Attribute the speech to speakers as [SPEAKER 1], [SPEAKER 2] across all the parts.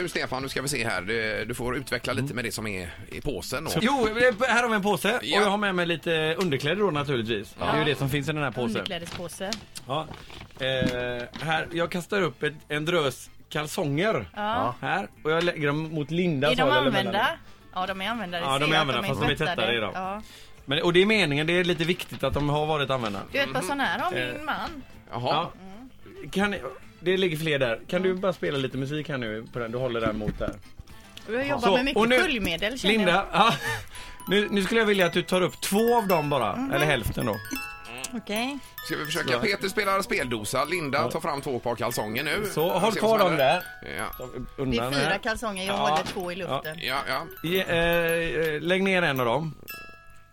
[SPEAKER 1] nu Stefan, nu ska vi se här. Du, du får utveckla lite med det som är i påsen. Och,
[SPEAKER 2] Jo, här har vi en påse
[SPEAKER 1] Ja.
[SPEAKER 2] och jag har med mig lite underkläder då naturligtvis. Det är ju det som finns i den här påsen.
[SPEAKER 3] Underklädespåse.
[SPEAKER 2] Ja. Eh, här, jag kastar upp ett, en drös kalsonger
[SPEAKER 3] Ja.
[SPEAKER 2] här och jag lägger dem mot Linda.
[SPEAKER 3] Är de använda? Ja, de är använda. Det
[SPEAKER 2] Ja, de
[SPEAKER 3] ser
[SPEAKER 2] är
[SPEAKER 3] jag,
[SPEAKER 2] använda, fast de är
[SPEAKER 3] tvättade.
[SPEAKER 2] tättare i dem.
[SPEAKER 3] Ja.
[SPEAKER 2] Men, och det är meningen, det är lite viktigt att de har varit använda.
[SPEAKER 3] Du vet ett par sådana här har
[SPEAKER 2] Eh.
[SPEAKER 3] min man.
[SPEAKER 1] jaha.
[SPEAKER 2] Ja.
[SPEAKER 3] Mm.
[SPEAKER 2] Kan, det ligger fler där. Kan du bara spela lite musik här nu på den? Du håller den mot där.
[SPEAKER 3] Och jag jobbar
[SPEAKER 2] Så,
[SPEAKER 3] med mycket
[SPEAKER 2] och nu-
[SPEAKER 3] sköljmedel känner
[SPEAKER 2] Linda, ja, nu, nu skulle jag vilja att du tar upp två av dem bara,
[SPEAKER 3] Mm.
[SPEAKER 2] eller hälften då.
[SPEAKER 3] jag. Okej.
[SPEAKER 1] Ska vi försöka? Peter spelar speldosa. Linda tar fram två par kalsonger nu.
[SPEAKER 2] Så
[SPEAKER 1] Vi
[SPEAKER 2] håll
[SPEAKER 1] ser vad som
[SPEAKER 2] kvar dem
[SPEAKER 1] händer.
[SPEAKER 2] där.
[SPEAKER 1] Ja.
[SPEAKER 3] Det är
[SPEAKER 2] Undan
[SPEAKER 3] fyra
[SPEAKER 2] här.
[SPEAKER 3] kalsonger, jag
[SPEAKER 2] Ja.
[SPEAKER 3] håller två i luften.
[SPEAKER 1] Ja, ja.
[SPEAKER 2] Ge- eh, eh, lägg ner en av dem.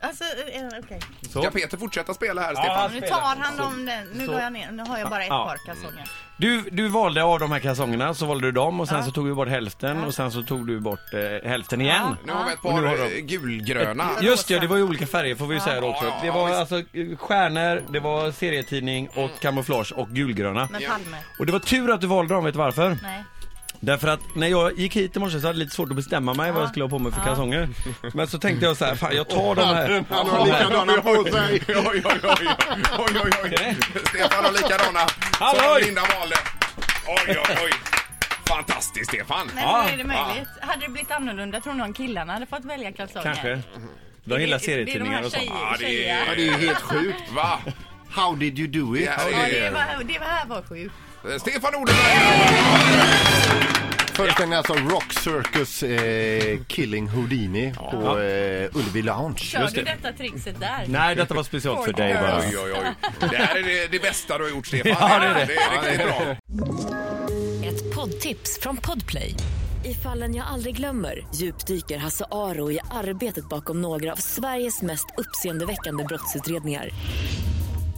[SPEAKER 3] Alltså, eh, okej.
[SPEAKER 2] Så.
[SPEAKER 1] Ska Peter fortsätta spela här, Stefan?
[SPEAKER 2] han
[SPEAKER 3] Nu
[SPEAKER 2] spelar.
[SPEAKER 3] tar han dem, den- nu
[SPEAKER 2] Så.
[SPEAKER 3] går jag ner, nu har jag bara ett
[SPEAKER 2] Ja.
[SPEAKER 3] par kalsonger.
[SPEAKER 2] Du, du valde av de här kalsongerna, så valde du dem och sen
[SPEAKER 3] Ja.
[SPEAKER 2] så tog du bort hälften
[SPEAKER 3] Ja.
[SPEAKER 2] och sen så tog du bort eh, hälften igen.
[SPEAKER 1] Nu har vi ett
[SPEAKER 2] Och nu har
[SPEAKER 1] par
[SPEAKER 2] de-
[SPEAKER 1] eh, gulgröna.
[SPEAKER 2] Just det, det var ju olika färger får vi ju säga då också.
[SPEAKER 1] Ja,
[SPEAKER 2] Det var
[SPEAKER 1] visst.
[SPEAKER 2] alltså eh, stjärnor, det var serietidning
[SPEAKER 3] Mm.
[SPEAKER 2] och kamouflage och gulgröna.
[SPEAKER 3] Med
[SPEAKER 1] Ja.
[SPEAKER 3] Palme.
[SPEAKER 2] Och det var tur att du valde dem, vet du varför?
[SPEAKER 3] Nej.
[SPEAKER 2] Därför att när jag gick hit i morse så hade jag lite svårt att bestämma mig vad jag skulle ha på mig för kalsonger. Men så tänkte jag så här, fan jag tar de här.
[SPEAKER 4] Han har likadana på sig.
[SPEAKER 1] Oj, oj, oj, oj, oj, oj, oj. Stefan har likadana som
[SPEAKER 2] Halloj!
[SPEAKER 1] Linda valde. Oj, oj, oj. Fantastiskt, Stefan.
[SPEAKER 3] Men
[SPEAKER 2] Ja.
[SPEAKER 3] hur är det möjligt? Hade det blivit annorlunda tror ni om killarna hade fått välja kalsonger?
[SPEAKER 2] Kanske. De gillar
[SPEAKER 3] Det- det är de här
[SPEAKER 2] serietidningar och sånt.
[SPEAKER 3] tjejer-
[SPEAKER 1] Ja, det
[SPEAKER 3] tjejer.
[SPEAKER 4] Ja,
[SPEAKER 1] är...
[SPEAKER 4] det är ju helt sjukt.
[SPEAKER 1] Va?
[SPEAKER 4] How did you do it?
[SPEAKER 1] Det här
[SPEAKER 3] Ja, det,
[SPEAKER 1] är...
[SPEAKER 3] var, det var här var sjukt.
[SPEAKER 1] Eh, Stefan Odenberg!
[SPEAKER 4] Föreställningen alltså Rock Circus eh, Killing Houdini på eh, Ullevi Lounge.
[SPEAKER 3] Kör du detta trixet där?
[SPEAKER 2] Nej, detta var speciellt för dig bara.
[SPEAKER 1] Oj, oj, oj. Det här är det, det bästa du har gjort, Stefan.
[SPEAKER 2] Ja, det är det.
[SPEAKER 1] det är riktigt bra.
[SPEAKER 5] Ett poddtips från Podplay. I fallen jag aldrig glömmer djupdyker Hasse Aro i arbetet bakom några av Sveriges mest uppseendeväckande brottsutredningar.